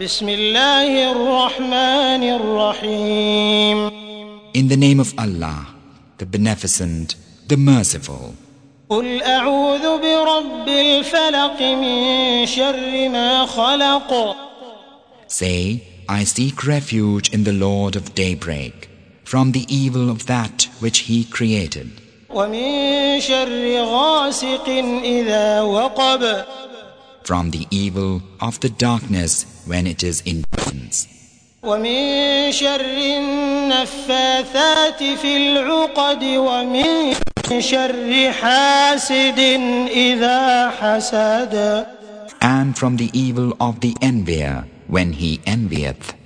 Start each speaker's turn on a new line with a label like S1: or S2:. S1: بسم الله الرحمن الرحيم
S2: In the name of Allah, the Beneficent, the Merciful.
S1: قل أعوذ برب الفلق من شر ما خلق
S2: Say, I seek refuge in the Lord of daybreak, from the evil of that which He created,
S1: ومن شر غاسق إذا وقب
S2: from the evil of the darkness when it is in darkness,
S1: ومن شر النفاثات في العقد ومن شر حاسد إذا حسد
S2: and from the evil of the envier when he envieth.